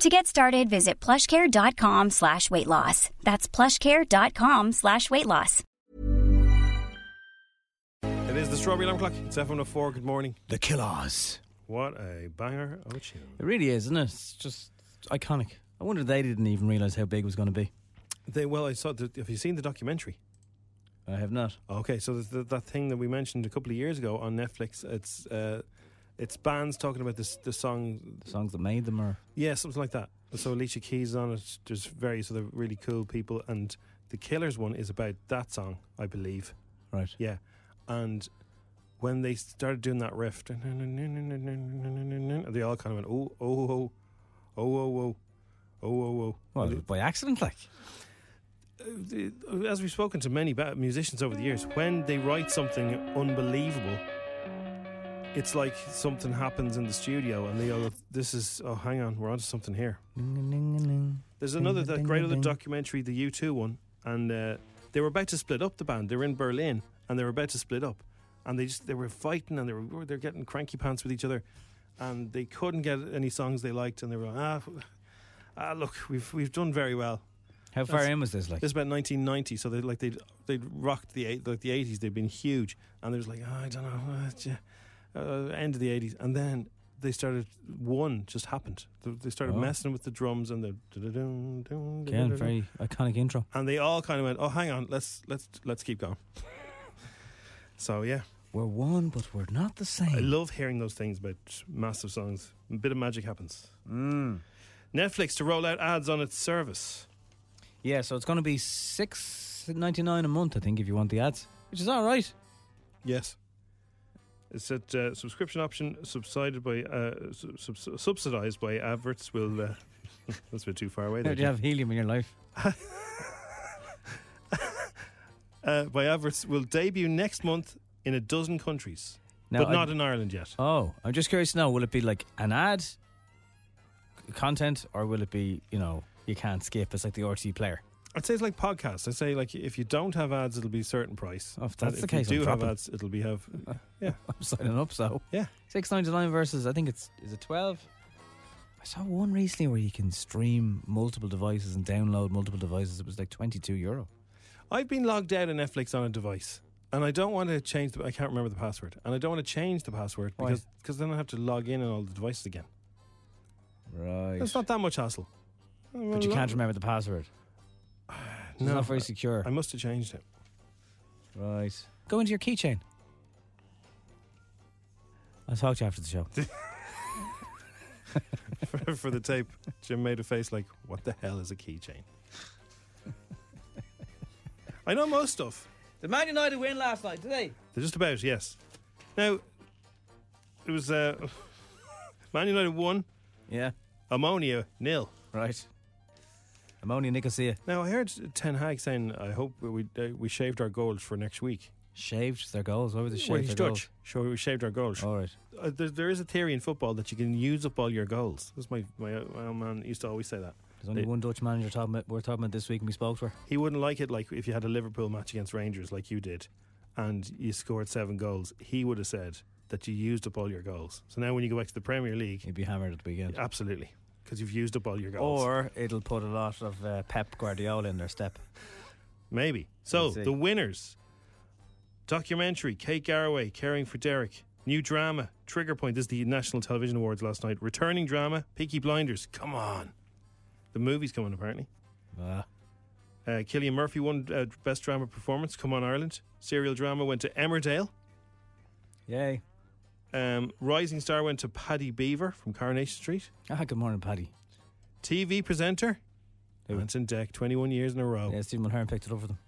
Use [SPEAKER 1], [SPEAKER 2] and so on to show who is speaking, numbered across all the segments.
[SPEAKER 1] To get started, visit plushcare.com slash weight loss. That's plushcare.com slash weight loss.
[SPEAKER 2] It is the Strawberry Alarm Clock. It's FM04. Good morning.
[SPEAKER 3] The Killers.
[SPEAKER 2] What a banger of a tune.
[SPEAKER 3] It really is, isn't it? It's just iconic. I wonder they didn't even realise how big it was going to be.
[SPEAKER 2] They, well, I saw. The, have you seen the documentary?
[SPEAKER 3] I have not.
[SPEAKER 2] Okay, so there's the, that thing that we mentioned a couple of years ago on Netflix. It's uh, it's bands talking about this the song.
[SPEAKER 3] The songs that made them are.
[SPEAKER 2] Yeah, something like that. So Alicia Keys is on it. There's various other really cool people, and the Killers one is about that song, I believe.
[SPEAKER 3] Right.
[SPEAKER 2] Yeah, and when they started doing that riff, they all kind of went, oh, oh, oh, oh, oh, oh, oh, oh, oh.
[SPEAKER 3] Well, by accident, like.
[SPEAKER 2] Uh, As we've spoken to many ba- musicians over the years, when they write something unbelievable, it's like something happens in the studio, and they all, go, this is, oh, hang on, we're onto something here. There's another that great other documentary, the U2 one, and uh, they were about to split up the band. They were in Berlin, and they were about to split up, and they just they were fighting, and they were they're getting cranky pants with each other, and they couldn't get any songs they liked, and they were going, ah, f- ah look, we've we've done very well.
[SPEAKER 3] How far
[SPEAKER 2] That's-
[SPEAKER 3] in was this? Like,
[SPEAKER 2] This is about 1990, so they like they would they'd rocked the eight- like the 80s. They'd been huge, and they was like, oh, I don't know, uh, j- uh, end of the 80s, and then they started one just happened. They they started
[SPEAKER 3] Oh.
[SPEAKER 2] messing with the drums and the dun-dun-dun, dun-dun-dun,
[SPEAKER 3] again, very iconic intro.
[SPEAKER 2] and they all kind of went, oh, hang on, let's let's let's keep going. so yeah,
[SPEAKER 3] We're one, but we're not the same.
[SPEAKER 2] I love hearing those things about massive songs. A bit of magic happens.
[SPEAKER 3] Mm.
[SPEAKER 2] Netflix to roll out ads on its service.
[SPEAKER 3] yeah, so it's going to be six ninety nine a month, I think, if you want the ads, which is all right.
[SPEAKER 2] Yes. It said uh, subscription option subsided by uh, sub- sub- subsidized by adverts will. Uh, that's a bit too far away.
[SPEAKER 3] How
[SPEAKER 2] There,
[SPEAKER 3] do you have helium in your life?
[SPEAKER 2] uh, by adverts will debut next month in a dozen countries,
[SPEAKER 3] Now,
[SPEAKER 2] but
[SPEAKER 3] I-
[SPEAKER 2] not in Ireland yet.
[SPEAKER 3] Oh, I'm just curious to know will it be like an ad content or will it be, you know, you can't skip? It's like the RT player.
[SPEAKER 2] I'd say it's like podcasts. I'd say like if you don't have ads, it'll be a certain price.
[SPEAKER 3] Oh, if
[SPEAKER 2] And
[SPEAKER 3] that's the
[SPEAKER 2] if
[SPEAKER 3] case, I'm
[SPEAKER 2] you do have
[SPEAKER 3] dropping.
[SPEAKER 2] ads, it'll be have. Yeah,
[SPEAKER 3] I'm signing up, so.
[SPEAKER 2] yeah.
[SPEAKER 3] 699 versus, I think it's, is it 12? I saw one recently where you can stream multiple devices and download multiple devices. It was like 22 euro.
[SPEAKER 2] I've been logged out of Netflix on a device, and I don't want to change. The, I can't remember the password, and I don't want to change the password
[SPEAKER 3] Why?
[SPEAKER 2] because because then I have to log in on all the devices again.
[SPEAKER 3] Right.
[SPEAKER 2] It's not that much hassle.
[SPEAKER 3] but you can't remember the password. It's
[SPEAKER 2] No.
[SPEAKER 3] not very secure.
[SPEAKER 2] I must have changed it.
[SPEAKER 3] right. Go into your keychain. I'll talk to you after the show.
[SPEAKER 2] for, for the tape, Jim made a face like, "What the hell is a keychain?" I know most stuff.
[SPEAKER 3] Did Man United win last night? Did they?
[SPEAKER 2] They're just about yes. Now, it was uh, Man United one,
[SPEAKER 3] Yeah.
[SPEAKER 2] Ammonia nil.
[SPEAKER 3] Right. Ammonia Nicosia
[SPEAKER 2] Now I heard Ten Hag saying, "I hope we uh, we shaved our goals for next week."
[SPEAKER 3] shaved their goals. Why were they shaved
[SPEAKER 2] Well, he's
[SPEAKER 3] their
[SPEAKER 2] Dutch. So we shaved our goals.
[SPEAKER 3] goals? All right.
[SPEAKER 2] Uh, there, there is a theory in football that you can use up all your goals. That's my my, uh, my old man used to always say that.
[SPEAKER 3] There's only
[SPEAKER 2] They-
[SPEAKER 3] one Dutch manager talking about, we're talking about this week and we spoke to her.
[SPEAKER 2] He wouldn't like it like if you had a Liverpool match against Rangers like you did and you scored seven goals, he would have said that you used up all your goals. So now when you go back to the Premier League,
[SPEAKER 3] He'd be hammered at the weekend.
[SPEAKER 2] absolutely, because you've used up all your goals.
[SPEAKER 3] Or it'll put a lot of uh, Pep Guardiola in their step.
[SPEAKER 2] Maybe. So
[SPEAKER 3] We'll see.
[SPEAKER 2] the winners documentary Kate Garraway, Caring for Derek. New drama, Trigger Point. This is the National Television Awards last night. Returning drama, Peaky Blinders. Come on. The movie's coming apparently.
[SPEAKER 3] Ah,
[SPEAKER 2] Uh, Killian Murphy won uh, Best Drama Performance. Come on, Ireland. Serial drama went to Emmerdale.
[SPEAKER 3] Yay.
[SPEAKER 2] Um, Rising Star went to Paddy Beaver from Coronation Street.
[SPEAKER 3] Ah, good morning, Paddy.
[SPEAKER 2] TV presenter,
[SPEAKER 3] Who?
[SPEAKER 2] Anton Deck, 21 years in a row.
[SPEAKER 3] Yeah, Stephen Mulhern picked it up for them.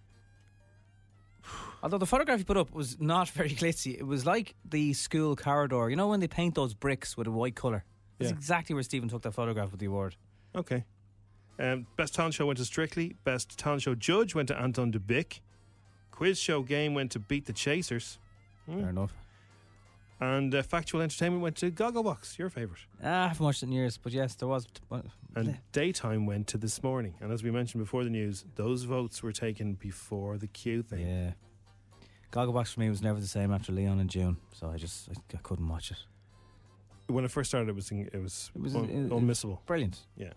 [SPEAKER 3] Although the photograph you put up was not very glitzy, it was like the school corridor. You know when they paint those bricks with a white colour? That's
[SPEAKER 2] Yeah.
[SPEAKER 3] exactly where Stephen took that photograph with the award.
[SPEAKER 2] Okay. Um, best talent show went to Strictly. Best talent show judge went to Anton de Bick. Quiz show game went to Beat the Chasers. Hmm.
[SPEAKER 3] Fair enough.
[SPEAKER 2] And uh, factual entertainment went to Gogglebox, your favourite.
[SPEAKER 3] Ah, I haven't watched it in years, but uh, yes, there was.
[SPEAKER 2] And daytime went to this morning. And as we mentioned before the news, those votes were taken before the queue thing.
[SPEAKER 3] yeah. Gogglebox for me was never the same after Leon and June, so I just I, I couldn't watch it.
[SPEAKER 2] When I first started, it was in, it was,
[SPEAKER 3] It was
[SPEAKER 2] un-
[SPEAKER 3] it- it-
[SPEAKER 2] unmissable.
[SPEAKER 3] Brilliant.
[SPEAKER 2] Yeah.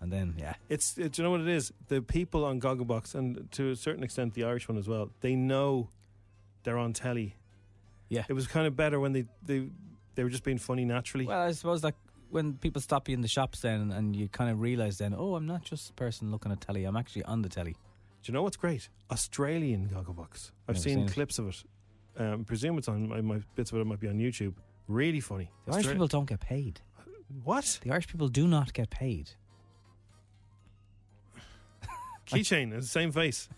[SPEAKER 3] And then, yeah.
[SPEAKER 2] It's it, do you know what it is? The people on Gogglebox and to a certain extent the Irish one as well. They know they're on telly.
[SPEAKER 3] Yeah.
[SPEAKER 2] it was kind of better when they they they were just being funny naturally.
[SPEAKER 3] Well, I suppose like when people stop you in the shops then and you kind of realise then, oh, I'm not just a person looking at telly, I'm actually on the telly.
[SPEAKER 2] do you know what's great? Australian Gogglebox. I've
[SPEAKER 3] Never
[SPEAKER 2] seen,
[SPEAKER 3] seen it.
[SPEAKER 2] clips of it. Um, presume it's on. My, my bits of it might be on YouTube. Really funny.
[SPEAKER 3] The Irish
[SPEAKER 2] Austra-
[SPEAKER 3] people don't get paid.
[SPEAKER 2] What
[SPEAKER 3] The Irish people do not get paid.
[SPEAKER 2] keychain? it's the same face.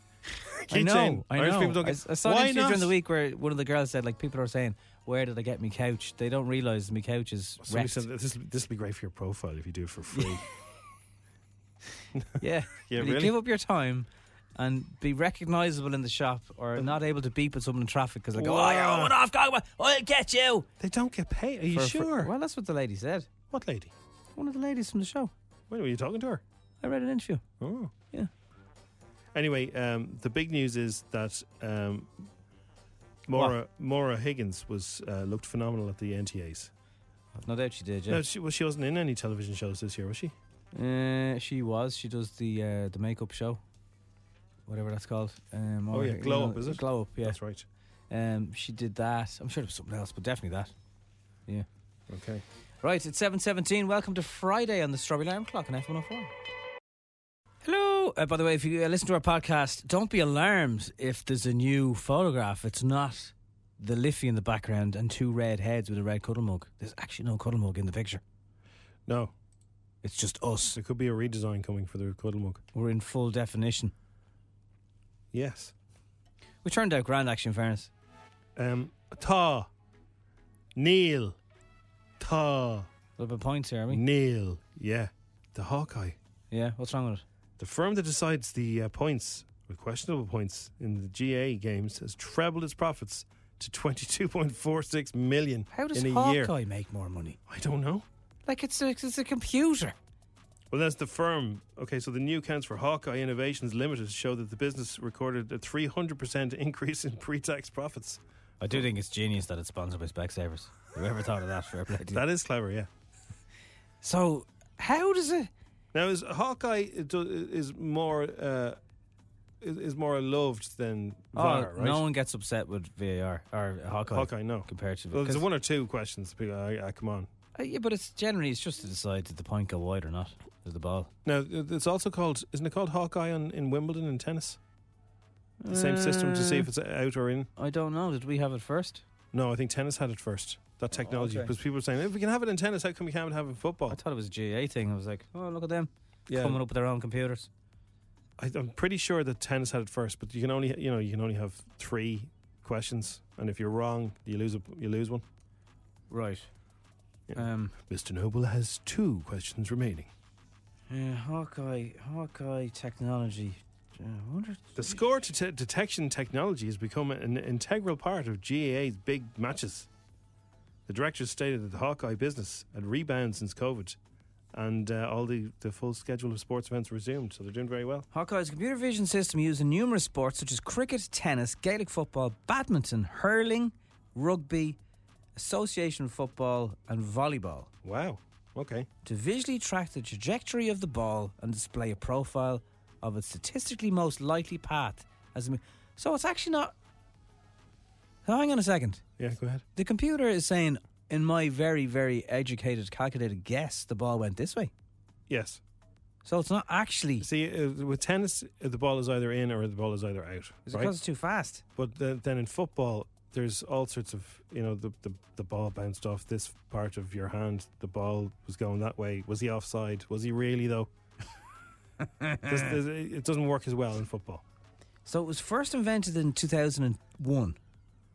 [SPEAKER 3] I know. I
[SPEAKER 2] Irish
[SPEAKER 3] know.
[SPEAKER 2] people don't
[SPEAKER 3] I,
[SPEAKER 2] get.
[SPEAKER 3] s- I saw an
[SPEAKER 2] Why
[SPEAKER 3] interview
[SPEAKER 2] not?
[SPEAKER 3] during the week where one of the girls said, like, people are saying, "Where did I get me couch?" They don't realise me couch is
[SPEAKER 2] Oh, Somebody
[SPEAKER 3] wrecked.
[SPEAKER 2] said that this this will be great for your profile if you do it for free.
[SPEAKER 3] yeah,
[SPEAKER 2] Yeah,
[SPEAKER 3] Will you
[SPEAKER 2] really?
[SPEAKER 3] give up your time and be recognisable in the shop, or not able to beep at someone in traffic because they go, "Oh, you're
[SPEAKER 2] Wow.
[SPEAKER 3] one off, Gogba. I'll get you."
[SPEAKER 2] they don't get paid. Are you
[SPEAKER 3] For- for-
[SPEAKER 2] sure?
[SPEAKER 3] well, that's what the lady said.
[SPEAKER 2] What lady?
[SPEAKER 3] One of the ladies from the show.
[SPEAKER 2] Wait, were you talking to her?
[SPEAKER 3] I read an interview.
[SPEAKER 2] Oh.
[SPEAKER 3] Yeah.
[SPEAKER 2] Anyway, um, the big news is that um, Maura, Maura Higgins was uh, looked phenomenal at the NTAs.
[SPEAKER 3] I've no doubt she did.
[SPEAKER 2] No,
[SPEAKER 3] Yeah,
[SPEAKER 2] she, well, she wasn't in any television shows this year, was she?
[SPEAKER 3] uh, she was. She does the uh, the makeup show, whatever that's called. Um,
[SPEAKER 2] Oh,
[SPEAKER 3] or,
[SPEAKER 2] yeah,
[SPEAKER 3] you
[SPEAKER 2] Glow
[SPEAKER 3] know,
[SPEAKER 2] Up, is it?
[SPEAKER 3] Glow up. Yeah.
[SPEAKER 2] That's right.
[SPEAKER 3] Um, she did that. I'm sure there was something else, but definitely that. Yeah.
[SPEAKER 2] Okay.
[SPEAKER 3] Right, it's 7.17. Welcome to Friday on the Strawberry Alarm Clock on F104. Hello. Uh, by the way, if you uh, listen to our podcast, don't be alarmed if there's a new photograph. It's not the Liffey in the background and two red heads with a red cuddle mug. There's actually no cuddle mug in the picture.
[SPEAKER 2] No,
[SPEAKER 3] It's just us.
[SPEAKER 2] there could be a redesign coming for the Cuddle Mug.
[SPEAKER 3] We're in full definition.
[SPEAKER 2] Yes.
[SPEAKER 3] We turned out grand, actually, in fairness.
[SPEAKER 2] Um, ta. Neil. Ta.
[SPEAKER 3] A little bit of points here, are we?
[SPEAKER 2] Neil. Yeah. The Hawkeye.
[SPEAKER 3] Yeah, what's wrong with it?
[SPEAKER 2] The firm that decides the uh, points, with questionable points, in the GA games has trebled its profits to 22.46 million
[SPEAKER 3] How does
[SPEAKER 2] in a
[SPEAKER 3] Hawkeye
[SPEAKER 2] year.
[SPEAKER 3] make more money?
[SPEAKER 2] I don't know.
[SPEAKER 3] Like, it's a, it's a computer.
[SPEAKER 2] Well, that's the firm. Okay, so the new accounts for Hawkeye Innovations Limited show that the business recorded a 300% increase in pre tax profits.
[SPEAKER 3] I do think it's genius that it's sponsored by Specsavers. Whoever thought of that? Fair play to you.
[SPEAKER 2] That is clever, yeah.
[SPEAKER 3] So how does it?
[SPEAKER 2] Now, is Hawkeye it do- is more uh, is is more loved than VAR, right?
[SPEAKER 3] Oh, no one gets upset with VAR or Hawkeye.
[SPEAKER 2] Hawkeye, no.
[SPEAKER 3] compared to
[SPEAKER 2] Well, there's
[SPEAKER 3] 'cause-
[SPEAKER 2] one or two questions. people- ah, ah, come on.
[SPEAKER 3] Uh, yeah, but it's generally it's just to decide did the point go wide or not with the ball.
[SPEAKER 2] Now, it's also called, isn't it called Hawkeye on, in Wimbledon in tennis? The same system to see if it's out or in?
[SPEAKER 3] I don't know. Did we have it first? Oh,
[SPEAKER 2] No, I think tennis had it first, that technology.
[SPEAKER 3] okay.
[SPEAKER 2] Because people were saying, if we can have it in tennis, how come we can't have it in football?
[SPEAKER 3] I thought it was a GA thing. I was like, oh look at them
[SPEAKER 2] Yeah.
[SPEAKER 3] coming up with their own computers.
[SPEAKER 2] I, I'm pretty sure that tennis had it first, but you can only, you know, you can only have three questions. And if you're wrong, you lose, a, you lose one.
[SPEAKER 3] Right.
[SPEAKER 2] Yeah.
[SPEAKER 3] Um.
[SPEAKER 2] Mr. Noble has two questions remaining.
[SPEAKER 3] Yeah. Hawkeye. Hawkeye technology. Uh, I wonder.
[SPEAKER 2] The score to te- detection technology has become an integral part of GAA's big matches. The directors stated that the Hawkeye business had rebounded since COVID, and uh, all the, the full schedule of sports events resumed, so they're doing very well.
[SPEAKER 3] Hawkeye's computer vision system used in numerous sports such as cricket, tennis, Gaelic football, badminton, hurling, rugby, association football, and volleyball
[SPEAKER 2] Wow. Okay.
[SPEAKER 3] to visually track the trajectory of the ball and display a profile of its statistically most likely path. As a, so it's actually not. So hang on a second.
[SPEAKER 2] Yeah, go ahead.
[SPEAKER 3] The computer is saying, in my very, very educated, calculated guess, the ball went this way.
[SPEAKER 2] Yes.
[SPEAKER 3] So it's not actually.
[SPEAKER 2] See, uh, with tennis, uh, the ball is either in or the ball is either out,
[SPEAKER 3] Is it
[SPEAKER 2] right?
[SPEAKER 3] because it's too fast?
[SPEAKER 2] But then, then in football, there's all sorts of you know the, the the ball bounced off this part of your hand. The ball was going that way. Was he offside? Was he really though? There's- there's- it doesn't work as well in football.
[SPEAKER 3] So it was first invented in 2001.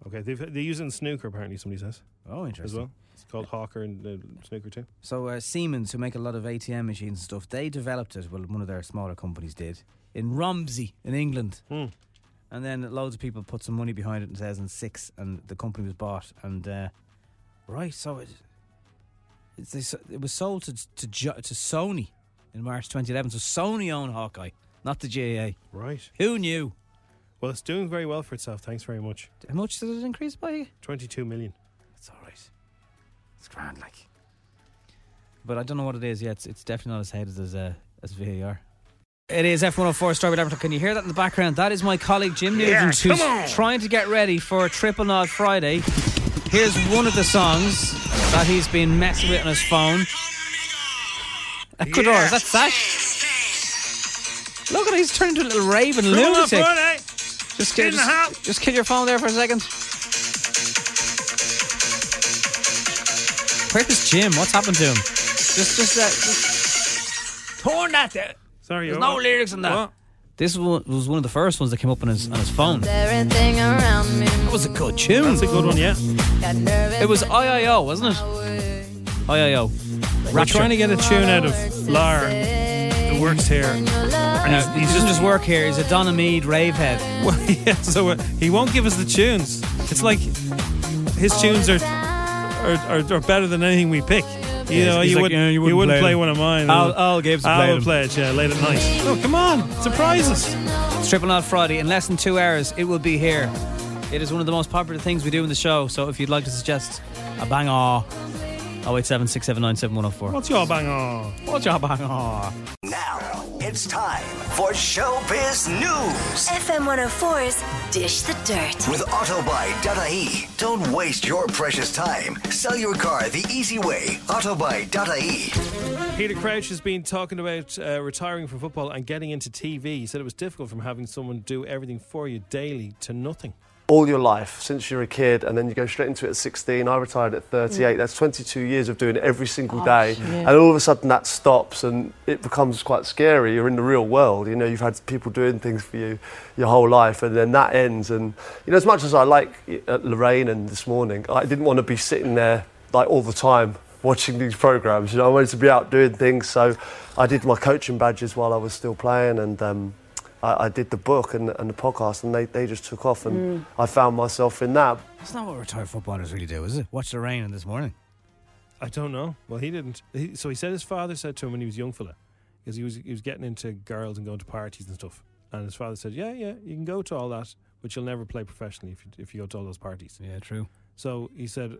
[SPEAKER 2] Okay, they they use it in snooker apparently. Somebody says
[SPEAKER 3] Oh,
[SPEAKER 2] as well. It's called hawker and uh, snooker too.
[SPEAKER 3] So uh, Siemens, who make a lot of ATM machines and stuff, they developed it. Well, one of their smaller companies did in Romsey in England,
[SPEAKER 2] Hmm.
[SPEAKER 3] and then loads of people put some money behind it in 2006, and the company was bought. And uh, right, so it it's, they s- it was sold to to, Jo- to Sony in March 2011. So Sony owned Hawkeye, not the GAA.
[SPEAKER 2] Right.
[SPEAKER 3] Who knew?
[SPEAKER 2] Well, it's doing very well for itself. Thanks very much.
[SPEAKER 3] How much did it increase by?
[SPEAKER 2] Twenty-two million.
[SPEAKER 3] It's all right. It's grand, like. But I don't know what it is yet. It's, it's definitely not as hated as uh, as VAR. It is F104 Strawberry Lamberton. Can you hear that in the background? That is my colleague Jim Nugent who's trying to get ready for Triple Nod Friday. Here's one of the songs that he's been messing with on his phone. Ecuador, is that Sash? Look at him, he's turned into a little raven lunatic.
[SPEAKER 4] eh?
[SPEAKER 3] Just,
[SPEAKER 2] Get in the
[SPEAKER 3] just,
[SPEAKER 2] house.
[SPEAKER 3] just kill your phone there for a second. Where is Jim? What's happened to him? Just, just, uh, just torn that there.
[SPEAKER 2] Sorry,
[SPEAKER 3] There's
[SPEAKER 2] oh,
[SPEAKER 3] no
[SPEAKER 2] oh,
[SPEAKER 3] lyrics in that.
[SPEAKER 2] oh.
[SPEAKER 3] This one was one of the first ones that came up on his on his phone. That
[SPEAKER 5] Everything around me
[SPEAKER 3] was a good tune.
[SPEAKER 2] That's a good one, yeah.
[SPEAKER 5] got nervous.
[SPEAKER 3] It was IIO, wasn't it? IIO.
[SPEAKER 2] We're trying to get a tune out of Lar, who works here. And he's-
[SPEAKER 3] He doesn't just work here. He's a Donna Mead ravehead.
[SPEAKER 2] Well, yeah, so uh, he won't give us the tunes. It's like his tunes are are, are, are better than anything we pick. You
[SPEAKER 3] Yeah,
[SPEAKER 2] know,
[SPEAKER 3] he's
[SPEAKER 2] you,
[SPEAKER 3] like,
[SPEAKER 2] wouldn't,
[SPEAKER 3] "Yeah,
[SPEAKER 2] you wouldn't play,
[SPEAKER 3] them."
[SPEAKER 2] one of mine.
[SPEAKER 3] Al, Al Gibbs
[SPEAKER 2] I'll
[SPEAKER 3] played him.
[SPEAKER 2] play it, yeah, late at night. Oh, come on, surprise us.
[SPEAKER 3] It's Triple Knot Friday. In less than two hours, it will be here. It is one of the most popular things we do in the show. So if you'd like to suggest a oh bang aw, 087 679 7104.
[SPEAKER 2] What's your bang on?
[SPEAKER 3] What's your bang aw?
[SPEAKER 6] Now it's time for Showbiz News
[SPEAKER 5] FM 104's Dish the Dirt.
[SPEAKER 6] with Autobuy.ie. Don't waste your precious time. Sell your car the easy way. Autobuy.ie.
[SPEAKER 2] Peter Crouch has been talking about uh, retiring from football and getting into TV. He said it was difficult from having someone do everything for you daily to nothing.
[SPEAKER 7] all your life since you're a kid and then you go straight into it at 16 i retired at 38 that's 22 years of doing it every single day and all of a sudden that stops and it becomes quite scary you're in the real world you know you've had people doing things for you your whole life and then that ends and you know as much as i like uh, lorraine and this morning i didn't want to be sitting there like all the time watching these programs you know i wanted to be out doing things so i did my coaching badges while i was still playing and um, I, I did the book and, and the podcast, and they, they just took off, and I found myself in that.
[SPEAKER 3] That's not what retired footballers really do, is it? Watch the rain this morning.
[SPEAKER 2] I don't know. Well, he didn't. He, so he said his father said to him when he was a young fella, because he was he was getting into girls and going to parties and stuff. And his father said, "Yeah, yeah, you can go to all that, but you'll never play professionally if you, if you go to all those parties."
[SPEAKER 3] Yeah, true.
[SPEAKER 2] So he said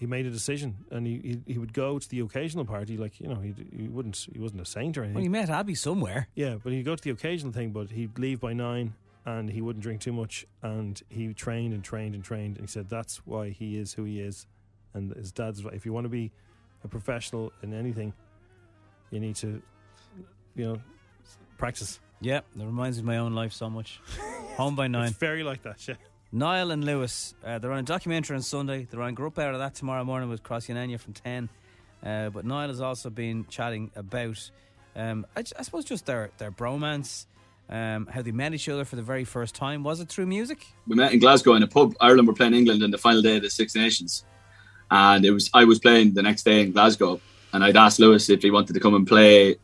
[SPEAKER 2] he made a decision, and he, he, he would go to the occasional party, like you know, he he wouldn't he wasn't a saint or anything.
[SPEAKER 3] Well, you met Abby somewhere.
[SPEAKER 2] Yeah, but he'd go to the occasional thing, but he'd leave by nine and he wouldn't drink too much. And he trained and trained and trained. And he said that's why he is who he is. And his dad's right. If you want to be a professional in anything, you need to, you know, s- practice.
[SPEAKER 3] Yeah, that reminds me of my own life so much. Home by nine.
[SPEAKER 2] It's very like that, yeah.
[SPEAKER 3] Niall and Lewis, uh, they're on a documentary on Sunday. They're on Group Hour of that tomorrow morning with Cross Yanania from 10. Uh, but Niall has also been chatting about, um, I, j- I suppose, just their, their bromance, um, how they met each other for the very first time. Was it through music?
[SPEAKER 8] we met in Glasgow in a pub. Ireland were playing England in the final day of the Six Nations, and it was I was playing the next day in Glasgow, and I'd asked Lewis if he wanted to come and play,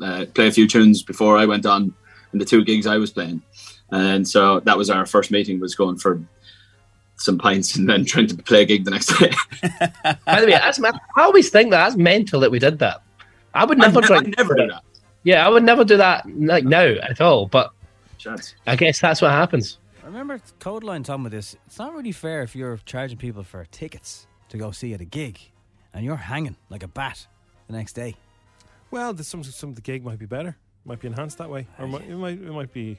[SPEAKER 8] uh, play a few tunes before I went on in the two gigs I was playing, and so that was our first meeting. Was going for some pints and then trying to play a gig the next day.
[SPEAKER 9] By the way, that's me- I always think that that's mental that we did that. I would
[SPEAKER 8] I
[SPEAKER 9] never
[SPEAKER 8] never, I
[SPEAKER 9] drink.
[SPEAKER 8] never do that.
[SPEAKER 9] Yeah, I would never do that like now at all. But
[SPEAKER 8] Chance.
[SPEAKER 9] I guess that's what happens.
[SPEAKER 3] I remember Codeline talking about this. It's not really fair if you're charging people for tickets to go see you at a gig and you're hanging like a bat the next day.
[SPEAKER 2] Well, there's some some of the gig might be better, might be enhanced that way, or might, it might it might be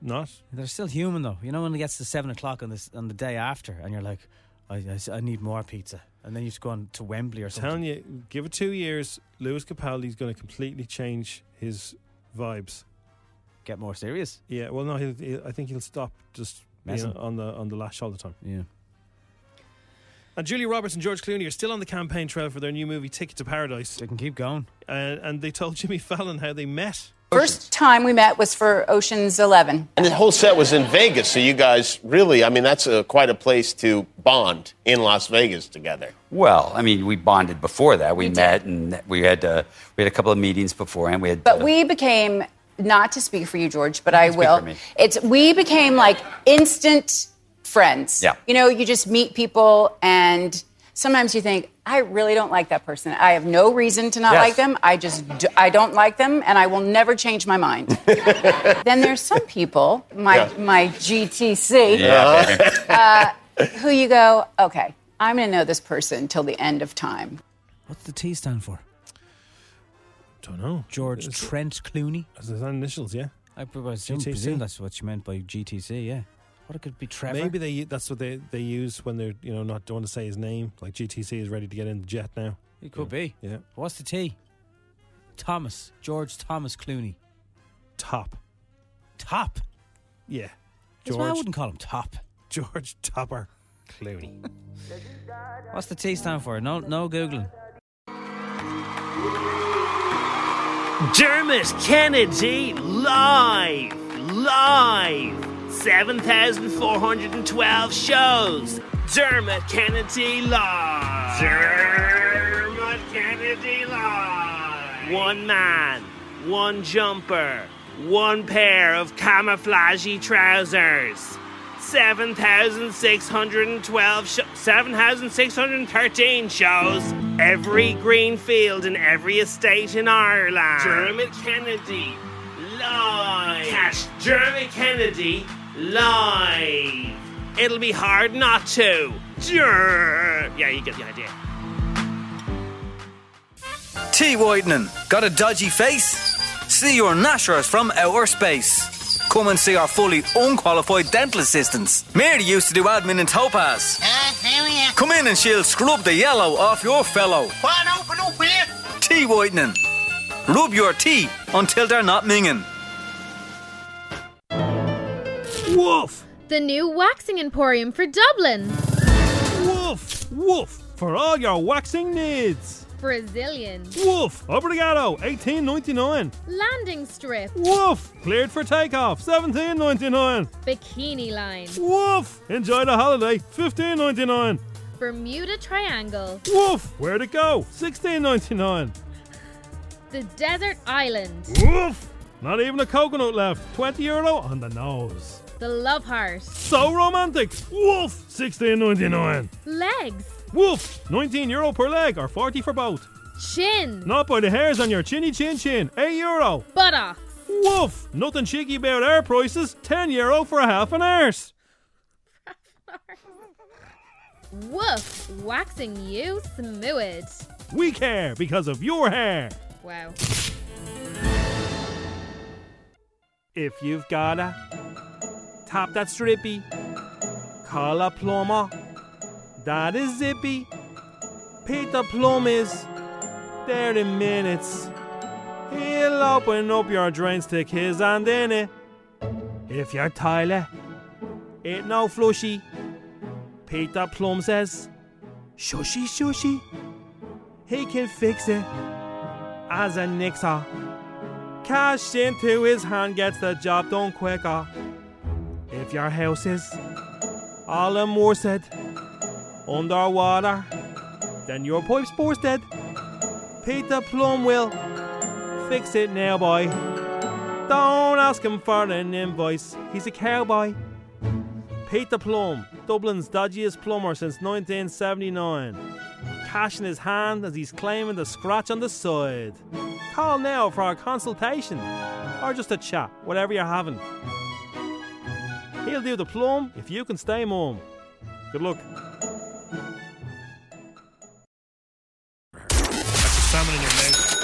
[SPEAKER 2] not.
[SPEAKER 3] They're still human though. You know when it gets to seven o'clock on this on the day after, and you're like,
[SPEAKER 2] I, I s- I need more pizza. And then you just go on to Wembley or
[SPEAKER 10] I'm
[SPEAKER 2] something.
[SPEAKER 10] telling you, give it two years. Lewis Capaldi's going to completely change his vibes.
[SPEAKER 2] Get more serious.
[SPEAKER 10] Yeah. Well, no, he'll, he'll, I think he'll stop just being
[SPEAKER 2] Messing.
[SPEAKER 10] on the on the lash all the time.
[SPEAKER 2] Yeah.
[SPEAKER 10] And Julia Roberts and George Clooney are still on the campaign trail for their new movie Ticket to Paradise. They
[SPEAKER 2] can keep going.
[SPEAKER 10] Uh, and they told Jimmy Fallon how they met.
[SPEAKER 11] First time we met was for Ocean's 11.
[SPEAKER 12] And the whole set was in Vegas, so you guys really, I mean, that's a, quite a place to bond in Las Vegas together.
[SPEAKER 13] Well, I mean, we bonded before that. We met and we had uh, we had a couple of meetings beforehand. We had
[SPEAKER 11] But we became, not to speak for you, George, but I
[SPEAKER 13] Speak
[SPEAKER 11] will.
[SPEAKER 13] for me.
[SPEAKER 11] It's we became like instant friends.
[SPEAKER 13] Yeah.
[SPEAKER 11] You know, you just meet people and sometimes you think, I really don't like that person. I have no reason to not
[SPEAKER 1] Yes.
[SPEAKER 11] like them. I just d- I don't like them and I will never change my mind. then there's some people, my
[SPEAKER 1] Yeah.
[SPEAKER 11] my GTC.
[SPEAKER 1] Yeah, baby.
[SPEAKER 11] uh, who you go, okay, I'm going to know this person till the end of time.
[SPEAKER 2] What's the T stand for?
[SPEAKER 10] Don't know.
[SPEAKER 2] George Trent Clooney.
[SPEAKER 10] Is his initials? Yeah.
[SPEAKER 2] I presume,
[SPEAKER 10] GTC.
[SPEAKER 2] presume that's what you meant by GTC. Yeah. What it could be Trevor.
[SPEAKER 10] Maybe they that's what they, they use when they're you know not don't want to say his name. Like GTC is ready to get in the jet now.
[SPEAKER 2] It could be.
[SPEAKER 10] Yeah.
[SPEAKER 2] What's the T? Thomas. George Thomas Clooney.
[SPEAKER 10] Top.
[SPEAKER 2] Top.
[SPEAKER 10] Yeah.
[SPEAKER 2] That's why I wouldn't call him Top.
[SPEAKER 10] George Topper Clooney.
[SPEAKER 2] What's the T stand for? No, no googling.
[SPEAKER 4] Dermot Kennedy live, live, 7,412 shows. Dermot Kennedy
[SPEAKER 6] Eh,
[SPEAKER 4] live. Dermot Kennedy live. One man, one jumper, one pair of camouflagey trousers. 7,612 sho 7,613 shows. Every green field in every estate in Ireland.
[SPEAKER 14] Dermot
[SPEAKER 4] Kennedy live. Catch Dermot Kennedy live. It'll be hard not to. Jer- yeah, you get the idea.
[SPEAKER 3] T widening. Got a dodgy face? See your nashers from outer space. Come and see our fully unqualified dental assistants. Mary used to do admin in Topaz. Come in and she'll scrub the yellow off your fellow.
[SPEAKER 6] open up here.
[SPEAKER 3] T whitening. Rub your tea until they're not minging.
[SPEAKER 10] Woof!
[SPEAKER 15] The new waxing emporium for Dublin.
[SPEAKER 10] Woof! Woof! For all your waxing needs.
[SPEAKER 15] Brazilian.
[SPEAKER 10] Woof! Obrigado! 18.99.
[SPEAKER 15] Landing strip.
[SPEAKER 10] Woof! Cleared for takeoff. 17.99.
[SPEAKER 15] Bikini line.
[SPEAKER 10] Woof! Enjoy the holiday. 15.99.
[SPEAKER 15] Bermuda triangle.
[SPEAKER 10] Woof! Where'd it go? 16.99.
[SPEAKER 15] The desert island.
[SPEAKER 10] Woof! Not even a coconut left. 20 euro on the nose.
[SPEAKER 15] The love heart.
[SPEAKER 10] So romantic. Woof! 16.99.
[SPEAKER 15] Legs.
[SPEAKER 10] Woof! 19 euro per leg or 40 for both.
[SPEAKER 15] Chin.
[SPEAKER 10] Not by the hairs on your chinny chin chin. 8 euro.
[SPEAKER 15] Buttocks.
[SPEAKER 10] Woof! Nothing cheeky about our prices. 10 euro for a half an arse.
[SPEAKER 15] Woof. Waxing you smooth.
[SPEAKER 10] We care because of your hair.
[SPEAKER 15] Wow.
[SPEAKER 10] If you've got a top that's drippy, call a plumber. That is zippy. Peter Plum is 30 minutes. He'll open up your drains, stick his hand in it. If you're Tyler, it no flushy. Peter Plum says, shushy shushy. He can fix it as a nixer. Cash into his hand gets the job done quicker. If your house is all immersed underwater, then your pipe's bursted. Peter Plum will fix it now, boy. Don't ask him for an invoice, he's a cowboy. Peter Plum, Dublin's dodgiest plumber since 1979. Cash in his hand as he's claiming the scratch on the side. Call now for a consultation or just a chat, whatever you're having. He'll do the plum if you can stay mum. Good luck.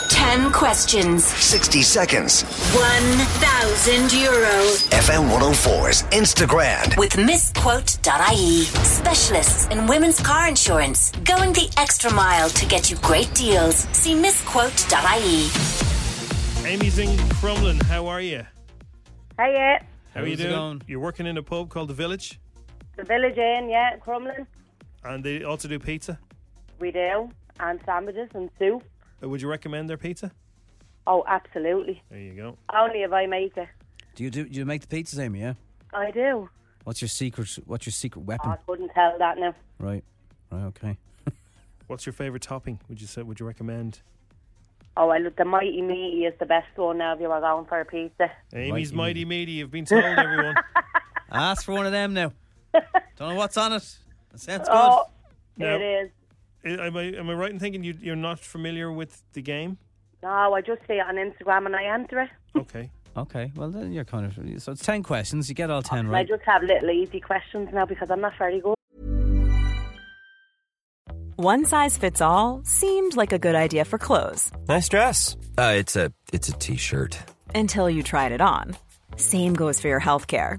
[SPEAKER 16] Ten
[SPEAKER 5] 10 questions.
[SPEAKER 6] 60 seconds.
[SPEAKER 5] 1,000 euros.
[SPEAKER 6] FM 104's Instagram.
[SPEAKER 5] With MissQuote.ie. E. Specialists in women's car insurance. Going the extra mile to get you great deals. See MissQuote.ie.
[SPEAKER 2] Amy Zing Crumlin, how are you?
[SPEAKER 17] Hey, yeah,
[SPEAKER 2] How are you
[SPEAKER 17] How's it
[SPEAKER 2] doing?
[SPEAKER 17] going?
[SPEAKER 2] You're working in a pub called The Village,
[SPEAKER 17] the village inn, yeah, Crumlin.
[SPEAKER 2] and they also do pizza.
[SPEAKER 17] We do, and sandwiches and soup.
[SPEAKER 2] Uh, Would you recommend their pizza?
[SPEAKER 17] Oh, absolutely.
[SPEAKER 2] There you go.
[SPEAKER 17] Only if I make it.
[SPEAKER 3] Do you do, do you make the pizzas, Amy? Yeah.
[SPEAKER 17] I do.
[SPEAKER 3] What's your secret? What's your secret
[SPEAKER 17] Oh,
[SPEAKER 3] weapon?
[SPEAKER 17] I couldn't tell that now.
[SPEAKER 3] Right. Right. Okay.
[SPEAKER 2] What's your favorite topping? Would you say? Would you recommend?
[SPEAKER 17] Oh, I look, the mighty meaty is the best one now if you were going for a pizza.
[SPEAKER 2] Amy's mighty meaty. You've been told everyone.
[SPEAKER 3] Ask for one of them now. Don't know what's on it. That sounds
[SPEAKER 17] Oh,
[SPEAKER 2] good.
[SPEAKER 17] it is.
[SPEAKER 2] Am I am I right in thinking you you're not familiar with the game?
[SPEAKER 17] No, I just see it on Instagram and I answer it.
[SPEAKER 2] Okay.
[SPEAKER 3] Okay. Well, then you're kind of. So it's ten questions. You get all ten
[SPEAKER 17] And
[SPEAKER 3] right.
[SPEAKER 17] I just have little easy questions now because I'm not very good.
[SPEAKER 18] One size fits all seemed like a good idea for clothes
[SPEAKER 19] Nice dress. Uh, it's a it's a t-shirt.
[SPEAKER 18] until you tried it on. Same goes for your healthcare.